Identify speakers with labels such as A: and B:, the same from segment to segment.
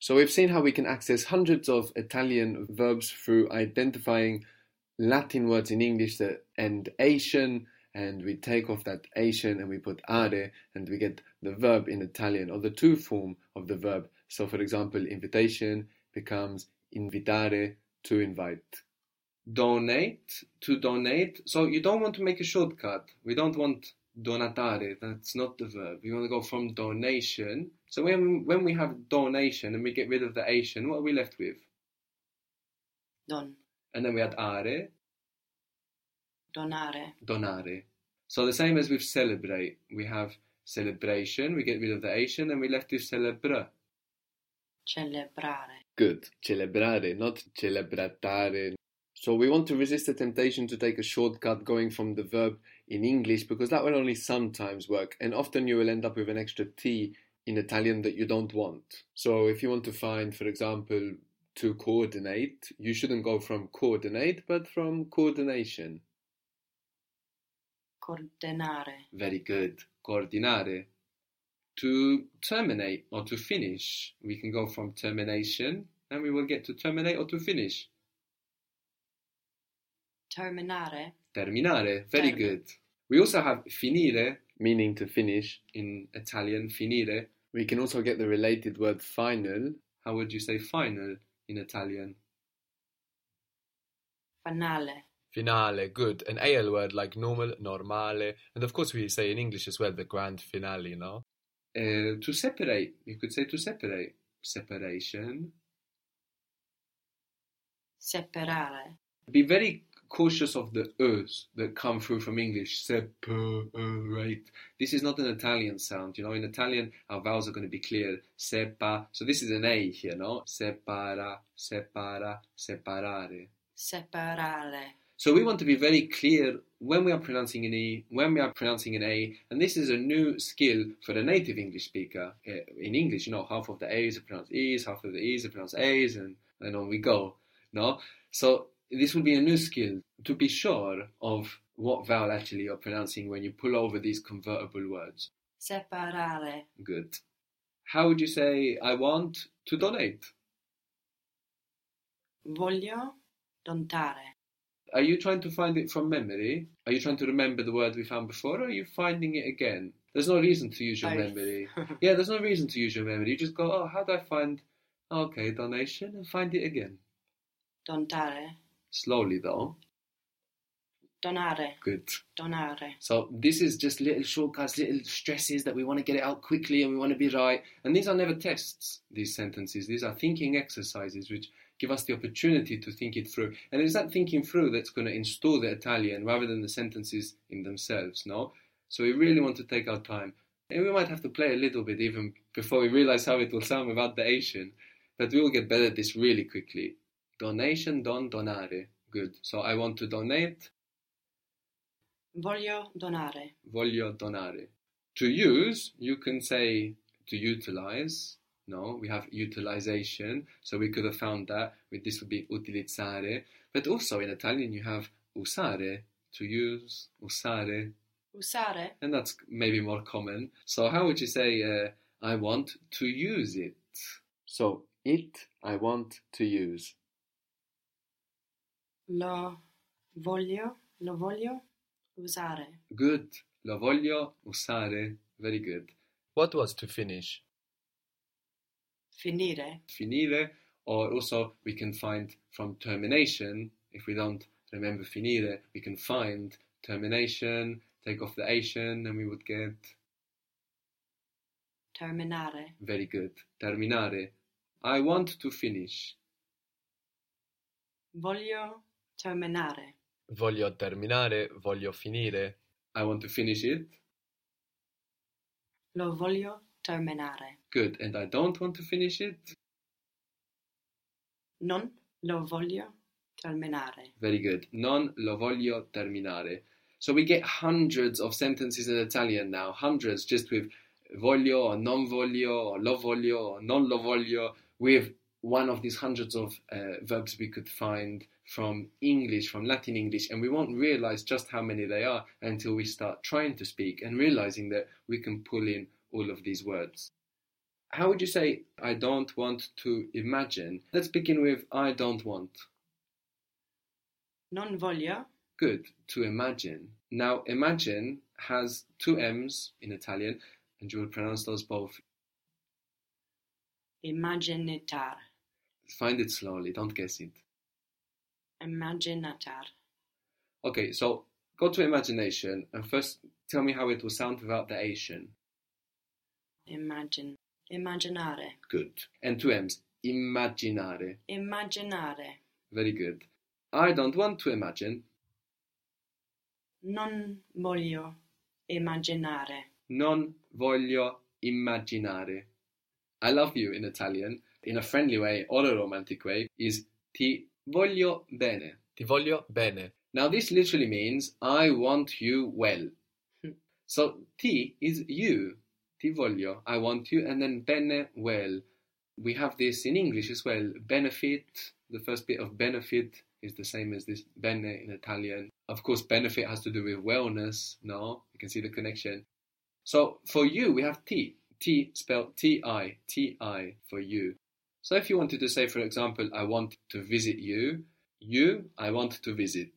A: So we've seen how we can access hundreds of Italian verbs through identifying Latin words in English that end Asian, and we take off that Asian and we put are, and we get the verb in Italian or the to form of the verb. So, for example, invitation becomes invitare, to invite.
B: Donate, to donate. So you don't want to make a shortcut. We don't want donatare. That's not the verb. We want to go from donation. So when when we have donation and we get rid of the Asian, what are we left with?
C: Don.
B: And then we add are,
C: Donare.
B: donare. So the same as with celebrate, we have celebration. We get rid of the Asian and we left with celebra.
C: Celebrare.
A: Good. Celebrare, not celebratare. So we want to resist the temptation to take a shortcut going from the verb in English because that will only sometimes work, and often you will end up with an extra T in Italian that you don't want. So if you want to find, for example, to coordinate, you shouldn't go from coordinate but from coordination.
C: Coordinare.
B: Very good. Coordinare. To terminate or to finish, we can go from termination and we will get to terminate or to finish.
C: Terminare.
B: Terminare. Very
C: Termi-
B: good. We also have finire
A: Meaning to finish,
B: in Italian, finire.
A: we can also get the related word final,
B: How would you say final in Italian?
C: Finale.
D: Finale, good. An AL word like normal, normale. And of course, we say in English as well the grand finale, no?
B: Uh, to separate, you could say to separate. Separation.
C: Separare.
B: Be very cautious of the O's that come through from English. Separate. This is not an Italian sound. You know, in Italian, our vowels are going to be clear. Sepa. So this is an A here, no? Separa, separa, separare.
C: Separare.
B: So we want to be very clear when we are pronouncing an E, when we are pronouncing an A, and this is a new skill for the native English speaker. Eh, In English, you know, half of the A's are pronounced E's, half of the E's are pronounced A's, and, and on we go. No? So this will be a new skill to be sure of what vowel actually you're pronouncing when you pull over these convertible words.
C: Separare.
B: Good. How would you say, I want to donate?
C: Voglio dontare.
B: Are you trying to find it from memory? Are you trying to remember the word we found before, or are you finding it again? There's no reason to use your
C: Both.
B: memory. yeah, there's no reason to use your memory. You just go, oh, how do I find? Okay, donation, and find it again.
C: Dontare.
B: Slowly, though.
C: Donare.
B: Good.
C: Donare.
B: So this is just little shortcuts, little stresses that we want to get it out quickly and we want to be right. And these are never tests, these sentences. These are thinking exercises which give us the opportunity to think it through. And it's that thinking through that's going to install the Italian rather than the sentences in themselves, no? So we really want to take our time. And we might have to play a little bit even before we realize how it will sound without the Asian. But we will get better at this really quickly. Donation, don, donare. Good. So I want to donate
C: Voglio donare.
B: voglio donare. To use, you can say to utilize. No, we have utilization, so we could have found that. With this would be utilizzare. But also in Italian, you have usare, to use, usare,
C: Usare.
B: and that's maybe more common. So how would you say uh, I want to use it?
A: so it I want to use.
C: Lo voglio. Lo voglio usare.
B: Good. Lo voglio usare. Very good.
D: What was to finish?
C: Finire.
B: finire, or also we can find from termination, if we don't remember finire, we can find termination, take off the Asian, and we would get
C: Terminare.
B: very good. Terminare. I want to finish.
C: Voglio terminare.
D: Voglio terminare, voglio finire.
B: I want to finish it.
C: Lo voglio terminare.
B: Good. And I don't want to finish it.
C: Non lo voglio terminare.
B: Very good. Non lo voglio terminare. So we get hundreds of sentences in Italian now, hundreds just with voglio or non voglio or lo voglio or non lo voglio, with one of these hundreds of uh, verbs we could find from English, from Latin English, and we won't realize just how many they are until we start trying to speak and realizing that we can pull in all of these words. How would you say I don't want to imagine? Let's begin with I don't want.
C: Non voglio,
B: Good. To imagine. Now, imagine has two M's in Italian, and you will pronounce those both.
C: immaginatar.
B: Find it slowly, don't guess it.
C: Immaginatar.
B: Okay, so go to imagination and first tell me how it will sound without the Asian.
C: Imagine. Immaginare.
B: Good. And two M's. Immaginare.
C: Immaginare.
B: Very good. I don't want to imagine.
C: Non voglio immaginare.
B: Non voglio immaginare. I love you in Italian, in a friendly way or a romantic way, is ti voglio bene.
D: Ti voglio bene.
B: Now, this literally means I want you well.
D: Hmm.
B: so, ti is you. Ti voglio, I want you, and then bene, well. We have this in English as well. Benefit, the first bit of benefit is the same as this bene in Italian. Of course, benefit has to do with wellness, no? You can see the connection. So, for you, we have ti. Ti spelled T I, T I for you. So, if you wanted to say, for example, I want to visit you, you, I want to visit.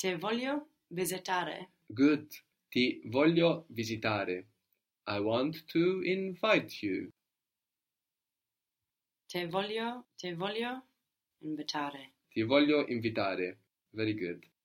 C: Te voglio visitare.
B: Good. Ti voglio visitare. I want to invite you.
C: Te voglio, te voglio invitare.
B: Ti voglio invitare. Very good.